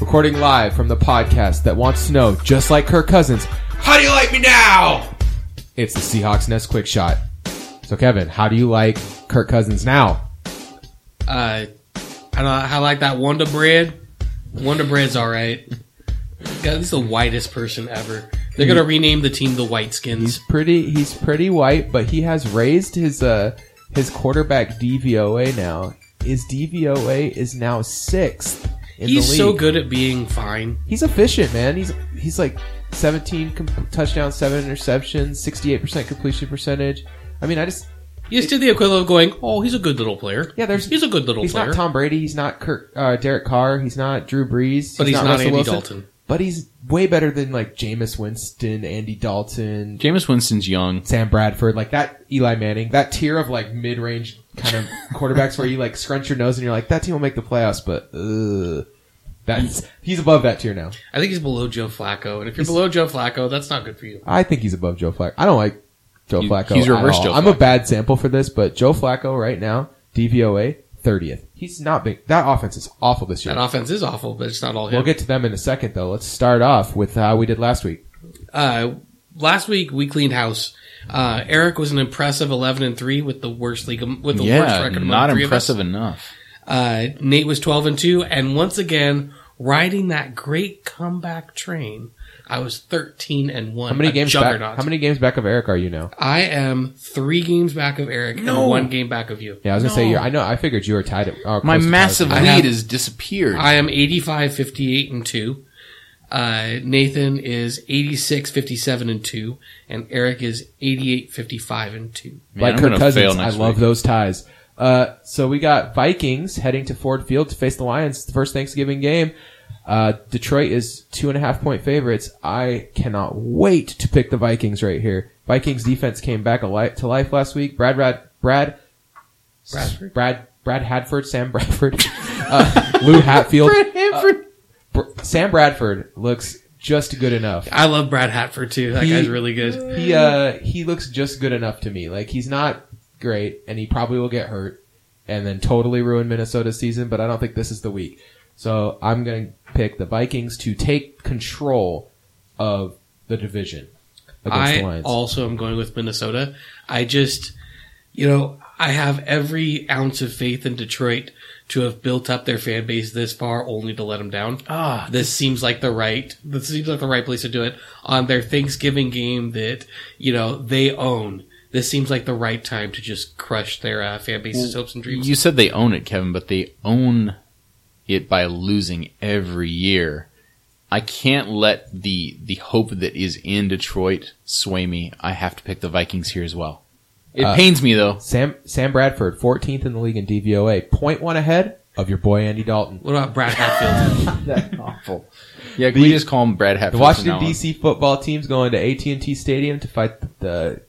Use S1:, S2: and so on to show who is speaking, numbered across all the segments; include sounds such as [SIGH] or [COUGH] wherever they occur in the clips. S1: recording live from the podcast that wants to know, just like Kirk Cousins, how do you like me now? It's the Seahawks Nest Quick Shot. So, Kevin, how do you like Kirk Cousins now?
S2: Uh, I don't know. I like that Wonder Bread. Wonder Bread's all right. God, this is the whitest person ever. They're gonna rename the team the Whiteskins.
S1: He's pretty. He's pretty white, but he has raised his uh his quarterback DVOA now. His DVOA is now sixth. In the
S2: He's
S1: league.
S2: so good at being fine.
S1: He's efficient, man. He's he's like 17 com- touchdowns, seven interceptions, 68% completion percentage. I mean, I just
S2: He just did the equivalent of going, "Oh, he's a good little player."
S1: yeah, there's
S2: he's a good little
S1: he's
S2: player.
S1: not Tom Brady, he's not Kirk, uh, Derek Carr, he's not Drew Brees,
S2: But he's not
S1: Russell
S2: Andy
S1: Wilson,
S2: Dalton.
S1: But he's way better than like Jameis Winston, Andy Dalton,
S3: Jameis Winston's young.
S1: Sam Bradford, like that Eli Manning, that tier of like mid-range kind
S2: [LAUGHS]
S1: of quarterbacks where you like scrunch your nose and you're like that team will make the playoffs, but ugh. that's he's above that tier now.
S2: I think he's below Joe Flacco, and if you're below Joe Flacco, that's not good for you.
S1: I think he's above Joe Flacco. I don't like Joe
S3: He-
S1: Flacco.
S3: he's
S1: at
S3: reverse
S1: all.
S3: Joe
S1: I'm a bad sample for this, but Joe Flacco right now, DVOA, 30th. He's not big. That offense is awful this year.
S2: That offense is awful, but it's not all him.
S1: We'll get to them in a second, though. Let's start off with how we did last week.
S2: uh, last week we cleaned house. Uh, Eric was an impressive eleven and three with the worst league with the worst
S3: yeah,
S2: record. among
S3: not
S2: the three
S3: impressive
S2: Of
S3: enough.
S2: us. Uh, Nate was twelve and two, and once again riding that great comeback train. I was thirteen and one.
S1: How many
S2: a
S1: games back?
S2: Juggernaut.
S1: How many games back of Eric are you now?
S2: I am three games back of Eric and one game back of you.
S1: Yeah, I was gonna say
S3: No.
S1: you're. I know. I figured you were tied. At, or close to
S3: My
S1: tied
S3: massive
S1: with
S2: I
S1: me.
S3: lead
S2: have-
S3: has disappeared.
S2: I am 85, 58, and 2. Uh, Nathan is 86, 57, and 2. And Eric is 88, 55, and 2.
S3: Man,
S1: like
S3: I'm
S1: Kirk
S3: gonna
S1: Cousins.
S3: fail
S1: I
S3: next
S1: love
S3: week.
S1: those ties. Uh, so we got Vikings heading to Ford Field to face the Lions. It's the first Thanksgiving game. Uh, Detroit is two and a half point favorites. I cannot wait to pick the Vikings right here. Vikings defense came back alive to life last week. Brad, Brad, Brad,
S2: Bradford?
S1: Brad, Brad Hadford, Sam Bradford, [LAUGHS] uh, Lou Hatfield, Uh, Br- Sam Bradford looks just good enough.
S2: I love Brad Hatford too. That
S1: He-
S2: guy's really good.
S1: He uh he looks just good enough to me. Like he's not great, and he probably will get hurt, and then totally ruin Minnesota's season. But I don't think this is the week. So I'm gonna pick the Vikings to take control of the division against the
S2: I
S1: Lions.
S2: also am going with Minnesota. I just, you know, I have every ounce of faith in Detroit to have built up their fan base this far only to let them down.
S3: Ah,
S2: this seems like the right this seems like the right place to do it on their Thanksgiving game that you know they own. This seems like the right time to just crush their uh, fan base's hopes and dreams.
S3: you said they own it, Kevin, but they own it by losing every year. I can't let the the hope that is in Detroit sway me. I have to pick the Vikings here as well. It
S1: Uh,
S3: pains me though.
S1: Sam Sam Bradford, 14th in the league in DVOA, point one ahead of your boy Andy Dalton.
S2: what about Brad Hatfield?
S3: Awful. Yeah, we just call him Brad
S1: The
S3: Hatfield. from
S1: Washington
S3: now on.
S1: D.C. football team's going to AT&T Stadium to fight the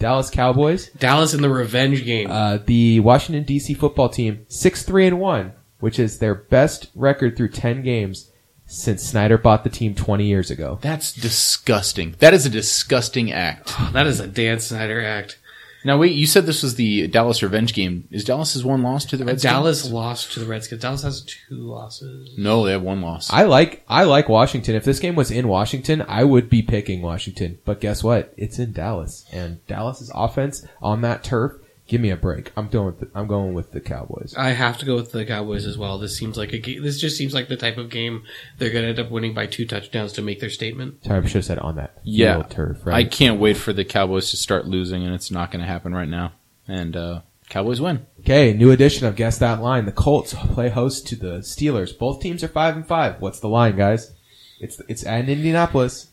S1: Dallas Cowboys.
S2: Dallas in the revenge game.
S1: Uh, the Washington D.C. football team six three and one, which is their best record through ten games since Snyder bought the team twenty years ago.
S3: That's disgusting. That is a disgusting act.
S2: that is a Dan Snyder act.
S3: Now wait, you said this was the Dallas revenge game. Is Dallas's one loss to the Redskins?
S2: Dallas lost to the Redskins. Dallas has two losses.
S3: No, they have one loss.
S1: I like I like Washington. If this game was in Washington, I would be picking Washington. But guess what? It's in Dallas, and Dallas's offense on that turf. Give me a break. I'm going. With the, I'm going with the Cowboys.
S2: I have to go with the Cowboys as well. This seems like a ga- this just seems like the type of game they're going to end up winning by two touchdowns to make their statement.
S1: Sorry, I should have said on that
S3: Yeah.
S1: field turf.
S3: I
S1: Right?
S3: can't wait for the Cowboys to start losing, and it's not going to happen right now. And uh, Cowboys win.
S1: okay, new edition of guess that line. The Colts play host to the Steelers. Both teams are five and five. What's the line, guys? It's it's at Indianapolis.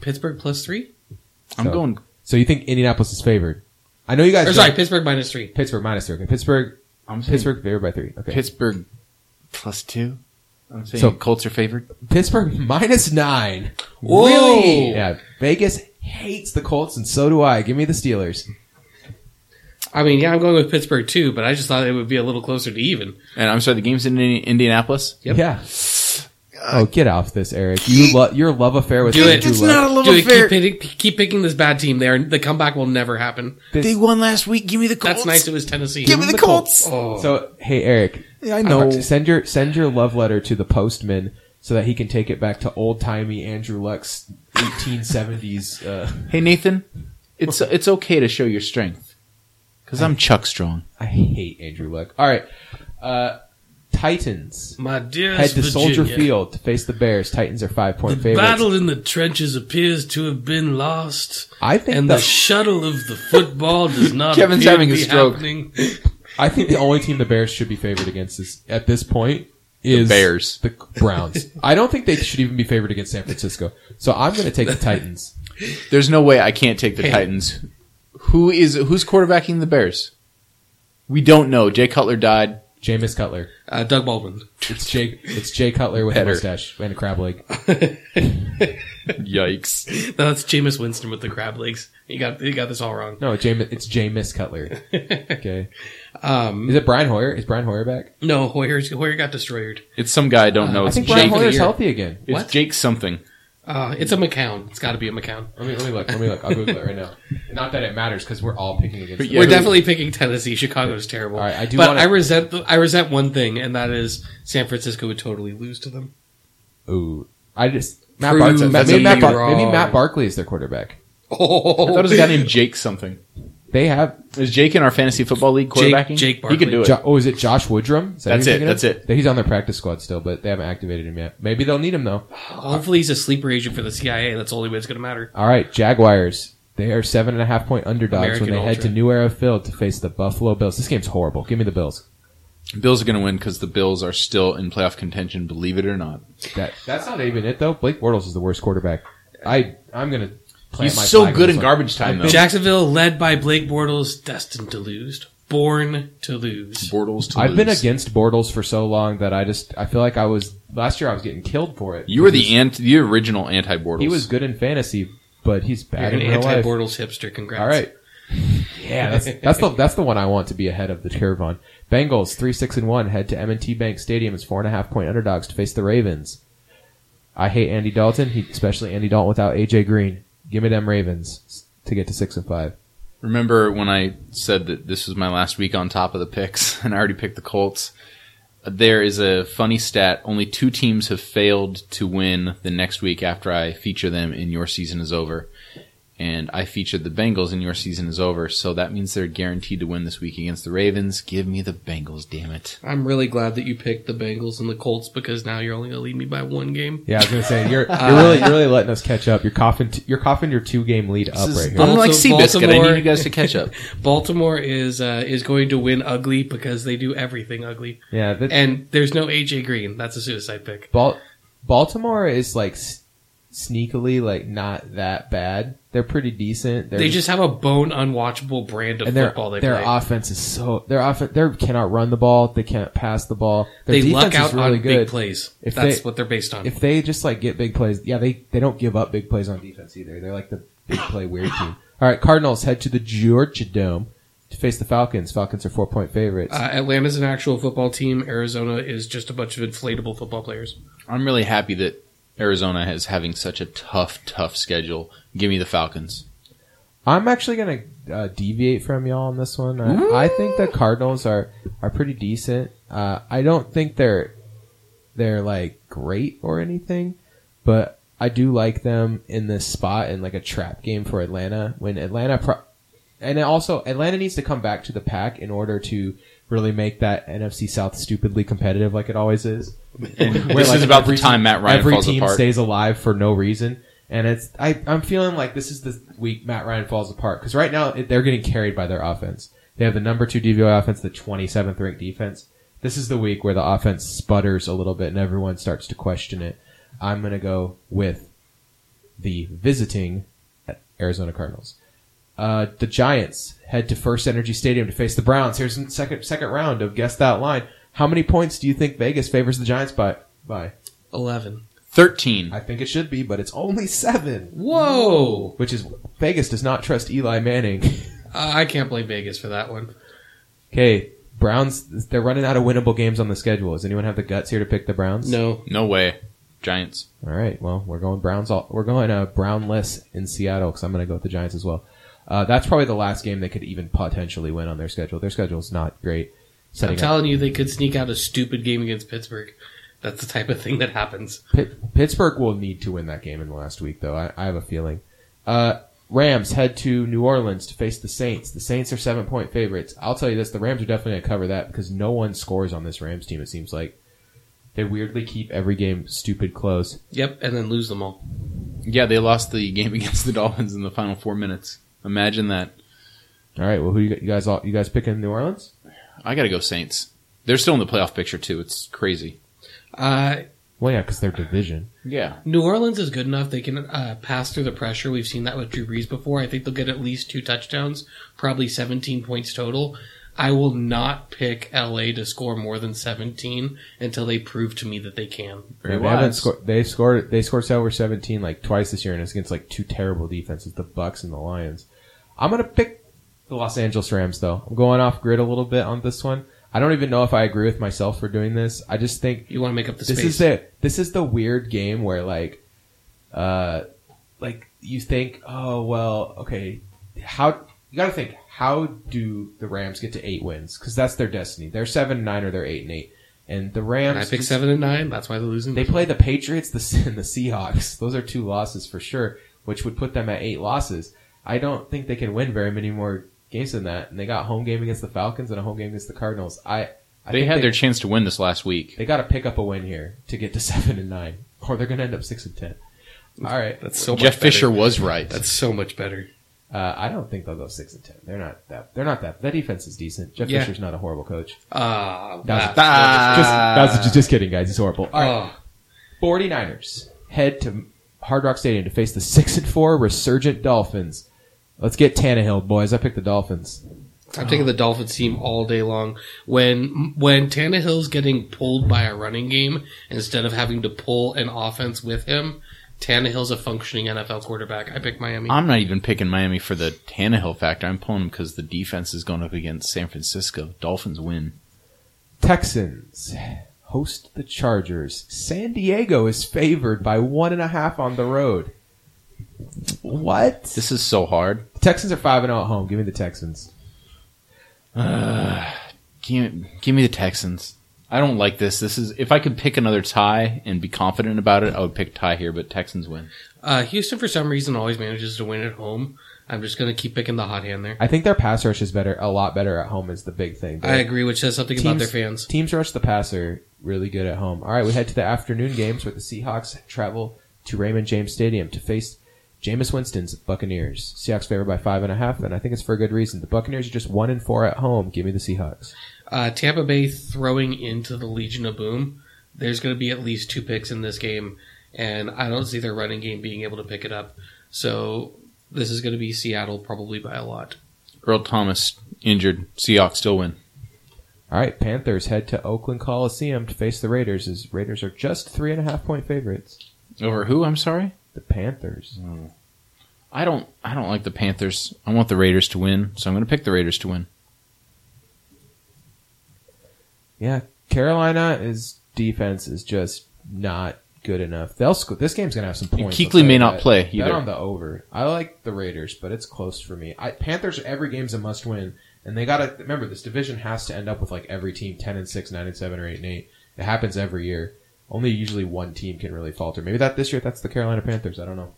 S2: Pittsburgh plus three.
S3: I'm
S1: So-
S3: going.
S1: So you think Indianapolis is favored? I know you guys.
S2: Or sorry, Pittsburgh minus three.
S1: Pittsburgh minus three. Okay, Pittsburgh.
S3: I'm saying
S1: Pittsburgh favored by three. Okay.
S3: Pittsburgh plus two. I'm saying
S1: So-
S3: Colts are favored.
S1: Pittsburgh [LAUGHS] minus nine.
S2: Whoa.
S1: Really? Yeah. Vegas hates the Colts, and so do I. Give me the Steelers.
S2: I mean, yeah, I'm going with Pittsburgh too, but I just thought it would be a little closer to even.
S3: And I'm sorry, the game's in Indi- Indianapolis. Uh,
S2: Yep.
S1: Yeah. Oh, get off this, Eric. You lo- your love affair with
S2: Do it.
S1: Andrew
S3: It's
S1: Luck.
S3: not a love
S2: Dude,
S3: affair.
S2: keep, picking, keep picking this bad team there, and the comeback will never happen.
S1: This-
S3: They won last week. Give me the Colts.
S2: That's nice. It was Tennessee.
S3: Give me the
S1: The Colts.
S3: Colts.
S2: Oh.
S1: So, hey, Eric. Uh,
S3: Yeah, I know.
S1: Send your send your love letter to the postman so that he can take it back to old timey Andrew Luck's 1870s. Uh,
S3: Hey Nathan, it's it's okay to show your strength because I'm Chuck Strong.
S1: I hate Andrew Luck. All right, uh, Titans
S2: My dearest
S1: head to Soldier
S2: Virginia,
S1: Field to face the Bears. Titans are five
S2: The
S1: point favorites.
S2: battle in the trenches appears to have been lost,
S1: I think
S2: and
S1: the-
S2: the shuttle of the football does not.
S3: [LAUGHS] Kevin's
S2: appear to
S3: having a
S2: be
S3: stroke.
S2: happening.
S1: [LAUGHS] I think the only team the Bears should be favored against is at this point is
S3: Bears.
S1: the Browns. I don't think they should even be favored against San Francisco. So I'm going to take the Titans.
S3: There's no way I can't take the
S2: Hey.
S3: Titans. Who is who's quarterbacking the Bears? We don't know. Jay Cutler died.
S1: Jameis Cutler.
S2: Uh, Doug Baldwin. [LAUGHS]
S1: It's Jay. It's Jay Cutler with
S3: Better.
S1: a mustache and a crab leg.
S3: Yikes.
S2: No, that's Jameis Winston with the crab legs. You got you got this all wrong.
S1: No, Jameis. It's Jameis Cutler. Okay.
S2: Um,
S1: Is it Brian Hoyer? Is Brian Hoyer back?
S2: no, Hoyer's, Hoyer got destroyed.
S3: It's some guy I don't know.
S1: Uh, I
S3: Oh, It's
S1: think Brian
S3: Jake.
S1: Hoyer's
S2: year.
S1: healthy again.
S3: It's
S2: What?
S3: Jake something.
S2: Uh, it's a McCown. It's got to be a McCown.
S1: Let me let me look. Let me look. I'll Google it right now. Not that it matters because we're all picking against.
S3: But
S1: the
S3: yeah,
S2: We're
S3: who-
S2: definitely picking Tennessee. Chicago's terrible.
S1: All right, I do
S2: but
S1: wanna-
S2: I resent the, I resent one thing, and that is San Francisco would totally lose to them.
S1: Ooh, I just Matt
S2: Prove
S1: Barkley. Maybe,
S2: me
S1: Matt Bar-
S2: wrong.
S1: maybe Matt Barkley is their quarterback.
S3: [LAUGHS] I thought it
S2: Oh,
S3: was a guy named Jake something.
S1: They have.
S3: Is Jake in our fantasy football league
S2: Jake-
S3: quarterbacking?
S2: Jake
S3: He
S2: Barkley.
S3: can do it.
S1: Jo- oh, is it Josh Woodrum? Is that who
S3: That's
S1: you're
S3: it,
S1: thinking of?
S3: that's
S1: He's on their practice squad still, but they haven't activated him yet. Maybe they'll need him though.
S2: [LAUGHS] hopefully he's a sleeper agent for the CIA. That's the only way it's going to matter.
S1: All right, Jaguars. They are seven and a half point underdogs
S2: American
S1: when they head
S2: Ultra.
S1: to New Era Field to face the Buffalo Bills. This game's horrible. Give me the Bills.
S3: Bills are going to win because the Bills are still in playoff contention. Believe it or not.
S1: That that's not even it though. Blake Bortles is the worst quarterback. I I'm gonna. plant
S3: He's
S1: my
S3: so
S1: flag on
S3: good
S1: this
S3: in
S1: one.
S3: garbage time,
S1: I've
S3: though.
S1: been-
S2: Jacksonville, led by Blake Bortles, destined to lose, born to lose.
S3: Bortles. To
S1: I've been
S3: lose.
S1: against Bortles for so long that I just I feel like I was last year I was getting killed for it.
S3: You were the ant, the original anti-Bortles.
S1: He was good in fantasy, but he's
S2: You're
S1: bad
S2: an
S1: in real life.
S2: anti-Bortles hipster. Congrats.
S1: All right. Yeah, that's
S2: [LAUGHS]
S1: that's the that's the one I want to be ahead of the curve on. Bengals three six and one head to M&T Bank Stadium as four and a half point underdogs to face the Ravens. I hate Andy Dalton, he, especially Andy Dalton without AJ Green. Give me them Ravens to get to six and five.
S3: Remember when I said that this was my last week on top of the picks, [LAUGHS] and I already picked the Colts? There is a funny stat: only two teams have failed to win the next week after I feature them in your season is over, and I featured the Bengals in your season is over. So that means they're guaranteed to win this week against the Ravens. Give me the Bengals, damn it!
S2: I'm really glad that you picked the Bengals and the Colts because now you're only going to lead me by one game.
S1: Yeah, I was gonna say you're you're
S2: Uh,
S1: really you're really letting us catch up. You're coughing t- you're coughing your two game lead up
S2: is
S1: right here.
S2: the-
S3: I'm like
S2: Also,
S3: Seabiscuit. I
S2: Baltimore-
S3: need you guys to catch up.
S2: [LAUGHS] Baltimore is uh, is going to win ugly because they do everything ugly,
S1: yeah, that,
S2: and there's no AJ Green. That's a suicide pick.
S1: Bal- Baltimore is like s- sneakily like not that bad. They're pretty decent. They're
S2: they just have a bone unwatchable brand of
S1: and their
S2: football they
S1: their
S2: play.
S1: offense is so their offense they cannot run the ball. They can't pass the ball. Their
S2: they
S1: defense
S2: luck out
S1: is really
S2: on
S1: good.
S2: big plays.
S1: If
S2: That's
S1: they-
S2: what they're based on.
S1: If they just like get big plays, yeah, they they don't give up big plays on defense either. They're like the big play weird team. All right, Cardinals head to the Georgia Dome to face the Falcons. Falcons are four point favorites.
S2: uh, Atlanta's an actual football team. Arizona is just a bunch of inflatable football players.
S3: I'm really happy that Arizona is having such a tough, tough schedule. Give me the Falcons.
S1: I'm actually gonna uh, deviate from y'all on this one. I, I think the Cardinals are are pretty decent. Uh, I don't think they're they're like great or anything, but I do like them in this spot in like a trap game for Atlanta when Atlanta pro- and it also Atlanta needs to come back to the pack in order to really make that NFC South stupidly competitive like it always
S3: [LAUGHS]
S1: is.
S3: And
S1: Where,
S3: this
S1: like,
S3: is about the
S1: every
S3: time
S1: team-
S3: Matt Ryan
S1: every
S3: falls
S1: team
S3: apart.
S1: stays alive for no reason. And it's I I'm feeling like this is the week Matt Ryan falls apart because right now it- they're getting carried by their offense. They have the number two DVOA offense, the 27th ranked defense. This is the week where the offense sputters a little bit and everyone starts to question it. I'm gonna go with the visiting Arizona Cardinals. Uh, the Giants head to First Energy Stadium to face the Browns. Here's the second second round of guess that line. How many points do you think Vegas favors the Giants by? By
S2: Eleven.
S3: 13.
S1: I think it should be, but it's only seven,
S2: Whoa!
S1: which is Vegas does not trust Eli Manning. [LAUGHS]
S2: Uh, I can't blame Vegas for that one.
S1: Okay, Browns. They're running out of winnable games on the schedule. Does anyone have the guts here to pick the Browns?
S2: No,
S3: No way. Giants.
S1: All right. Well, we're going Browns. All, we're going uh, Brownless in Seattle because I'm going to go with the Giants as well. Uh, that's probably the last game they could even potentially win on their schedule. Their schedule's not great.
S2: I'm
S1: Setting up
S2: telling you, they could sneak out a stupid game against Pittsburgh. That's the type of thing that happens.
S1: Pitt, Pittsburgh will need to win that game in the last week, though. I, I have a feeling. Uh, Rams head to New Orleans to face the Saints. The Saints are seven point favorites. I'll tell you this: the Rams are definitely going to cover that because no one scores on this Rams team. It seems like they weirdly keep every game stupid close.
S2: Yep, and then lose them all.
S3: Yeah, they lost the game [LAUGHS] against the Dolphins in the final four minutes. Imagine that.
S1: All right. Well, who you, got- you guys? All, you guys picking New Orleans?
S3: I gotta go Saints. They're still in the playoff picture too. It's crazy.
S2: Uh,
S1: Well, yeah, because their division.
S3: Yeah.
S2: New Orleans is good enough; they can uh, pass through the pressure. We've seen that with Drew Brees before. I think they'll get at least two touchdowns, probably 17 points total. I will not pick LA to score more than 17 until they prove to me that they can.
S3: Very
S1: Yeah, they haven't
S3: wise.
S1: scored. They scored. They scored over seventeen like twice this year, and it's against like two terrible defenses, the Bucks and the Lions. I'm gonna pick the Los Angeles Rams though. I'm going off grid a little bit on this one. I don't even know if I agree with myself for doing this. I just think
S2: You want to make up the
S1: this
S2: space.
S1: is the this is the weird game where like, uh, like you think, oh well, okay, how you gotta think how do the Rams get to eight wins because that's their destiny. They're seven and nine or they're eight and eight, and the Rams.
S2: And I pick seven and nine. That's why they're losing.
S1: They play the Patriots, the Se- [LAUGHS] and the Seahawks. Those are two losses for sure, which would put them at eight losses. I don't think they can win very many more games than that. And they got home game against the Falcons and a home game against the Cardinals. I, I
S3: They
S1: think
S3: had their chance to win this last week.
S1: they got to pick up a win here to get to [LAUGHS] seven and nine, or they're going to end up six and ten. All right,
S2: That's so much
S3: Jeff
S2: better.
S3: Fisher was right.
S2: That's so much better.
S1: uh, I don't think they'll go six and ten. They're not that. They're not that. That defense is decent. Jeff
S2: Yeah.
S1: Fisher's not a horrible coach.
S2: Ah,
S1: That's-
S3: Ah.
S1: Just, that's just, just kidding, guys. He's horrible. All right.
S2: Ah.
S1: 49ers head to Hard Rock Stadium to face the 6 and 4 resurgent Dolphins. Let's get Tannehill, boys. I picked the Dolphins.
S2: I'm taking the Dolphins team all day long. When when Tannehill's getting pulled by a running game instead of having to pull an offense with him, Tannehill's a functioning NFL quarterback. I pick Miami.
S3: I'm not even picking Miami for the Tannehill factor. I'm pulling them because the defense is going up against San Francisco. Dolphins win.
S1: Texans host the Chargers. San Diego is favored by one and a half on the road. What?
S3: This is so hard. [SIGHS]
S1: The Texans are 5 and 0 at home. Give me the Texans.
S3: Give, give me the Texans. I don't like this. This is if I could pick another tie and be confident about it, I would pick tie here. But Texans win.
S2: Uh, Houston, for some reason, always manages to win at home. I'm just going to keep picking the hot hand there.
S1: I think their pass rush is better, a lot better at home is the big thing.
S2: I agree, which says something about their fans.
S1: Teams rush the passer really good at home. All right, we head to the afternoon games where the Seahawks travel to Raymond James Stadium to face Jameis Winston's Buccaneers. Seahawks favored by five and a half, and I think it's for a good reason. The Buccaneers are just one and four at home. Give me the Seahawks.
S2: Uh, Tampa Bay throwing into the Legion of Boom. There's going to be at least two picks in this game, and I don't see their running game being able to pick it up. So this is going to be Seattle probably by a lot.
S3: Earl Thomas injured. Seahawks still win.
S1: All right, Panthers head to Oakland Coliseum to face the Raiders. As Raiders are just three and a half point favorites.
S3: Over who? I'm sorry.
S1: The Panthers.
S3: Hmm. I don't. I don't like the Panthers. I want the Raiders to win, so I'm going to pick the Raiders to win.
S1: Yeah, Carolina is defense is just not good enough. They'll score. This game's gonna have some points.
S3: Kuechly
S1: I'll
S3: may
S1: tell you
S3: not
S1: that.
S3: play
S1: Bet
S3: either.
S1: on the over. I like the Raiders, but it's close for me. I, Panthers. Every game's a must win, and they gotta remember this division has to end up with like every team ten and six, nine and seven, or eight and eight. It happens every year. Only usually one team can really falter. Maybe that this year that's the Carolina Panthers. I don't know.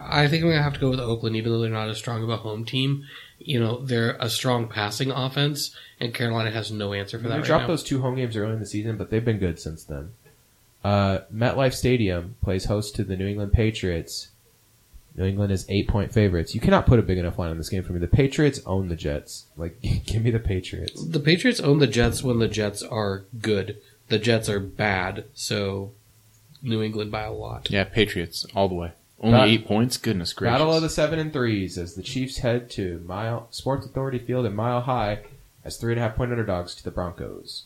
S2: I think I'm gonna have to go with Oakland, even though they're not as strong of a home team. You know, they're a strong passing offense, and Carolina has no answer for
S1: They
S2: that right
S1: dropped
S2: now.
S1: those two home games early in the season, but they've been good since then. Uh, MetLife Stadium plays host to the New England Patriots. New England is eight point favorites. You cannot put a big enough line on this game for me. The Patriots own the Jets. Like, [LAUGHS] give me the Patriots.
S2: The Patriots own the Jets when the Jets are good. The Jets are bad, so New England by a lot.
S3: Yeah, Patriots all the way. Only
S1: Bat-
S3: eight points. Goodness gracious.
S1: Battle of the seven and threes as the Chiefs head to Mile Sports Authority Field in Mile High as three and a half point underdogs to the Broncos.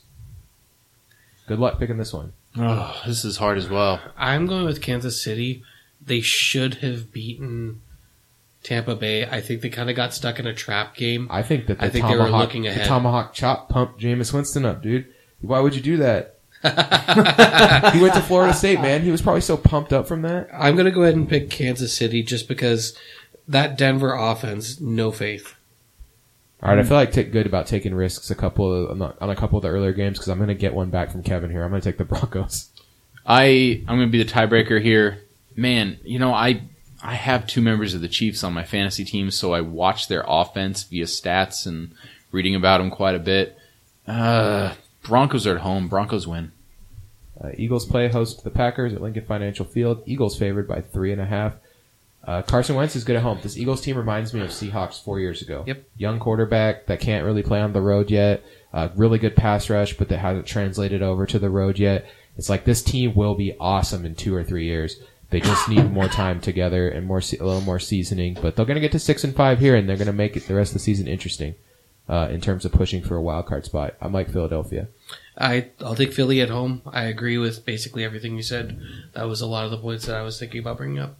S1: Good luck picking this one.
S3: oh, this is hard as well.
S2: I'm going with Kansas City. They should have beaten Tampa Bay. I think they kind of got stuck in a trap game.
S1: I think that the
S2: I think they were
S1: tomahawk,
S2: looking
S1: the
S2: ahead. [LAUGHS]
S1: tomahawk chop pumped Jameis Winston up, dude. Why would you do that? He went to Florida State, man. He was probably so pumped up from that.
S2: I'm going to go ahead and pick Kansas City just because that Denver offense, no faith.
S1: All right, I feel like take good about taking risks a couple of, on the- on a couple of the earlier games because I'm going to get one back from Kevin here. I'm going to take the Broncos.
S3: I I'm going to be the tiebreaker here. Man, you know I I have two members of the Chiefs on my fantasy team, so I watch their offense via stats and reading about them quite a bit. Uh, Broncos are at home. Broncos win.
S1: Uh, Eagles play host to the Packers at Lincoln Financial Field. Eagles favored by three and a half. Uh, Carson Wentz is good at home. This Eagles team reminds me of Seahawks four years ago.
S2: Yep.
S1: Young quarterback that can't really play on the road yet. Uh, really good pass rush, but that hasn't translated over to the road yet. It's like this team will be awesome in two or three years. They just need more time together and more se- a little more seasoning. But they're going to get to six and five here, and they're going to make it the rest of the season interesting uh, in terms of pushing for a wild card spot. I'm like Philadelphia.
S2: I, I'll take Philly at home. I agree with basically everything you said. That was a lot of the points that I was thinking about bringing up.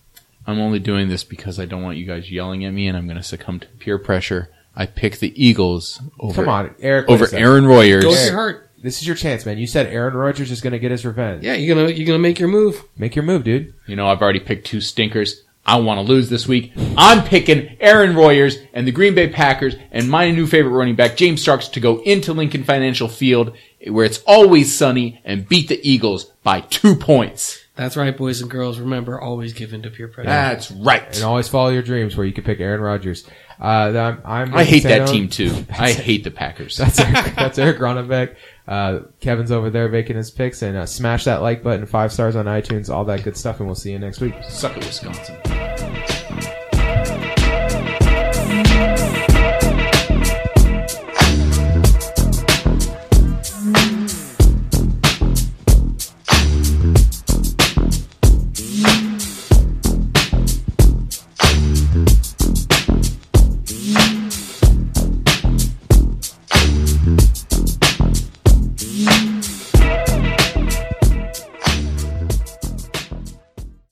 S3: I'm only doing this because I don't want you guys yelling at me, and I'm going to succumb to peer pressure. I pick the Eagles over
S1: Come on, Eric. wait a
S3: over
S1: second.
S3: Aaron
S2: Go
S3: Rodgers.
S2: get hurt.
S1: This is your chance, man. You said Aaron Rodgers is going to get his revenge.
S2: Yeah, you're gonna you're gonna make your move.
S1: Make your move, dude.
S3: You know I've already picked two stinkers. I want to lose this week. I'm picking Aaron Rodgers and the Green Bay Packers and my new favorite running back James Starks to go into Lincoln Financial Field where it's always sunny and beat the Eagles by two points.
S2: That's right, boys and girls. Remember, always give in to peer pressure.
S3: That's right.
S1: And always follow your dreams where you can pick Aaron Rodgers. Uh, then I'm, I'm
S3: I hate that
S1: Sano.
S3: team too. I hate the
S1: [LAUGHS]
S3: Packers.
S1: That's Eric, that's Eric Gronenbeck. Uh, Kevin's over there making his picks. And uh, smash that like button, five stars on iTunes, all that good stuff. And we'll see you next week.
S3: Suck at Wisconsin.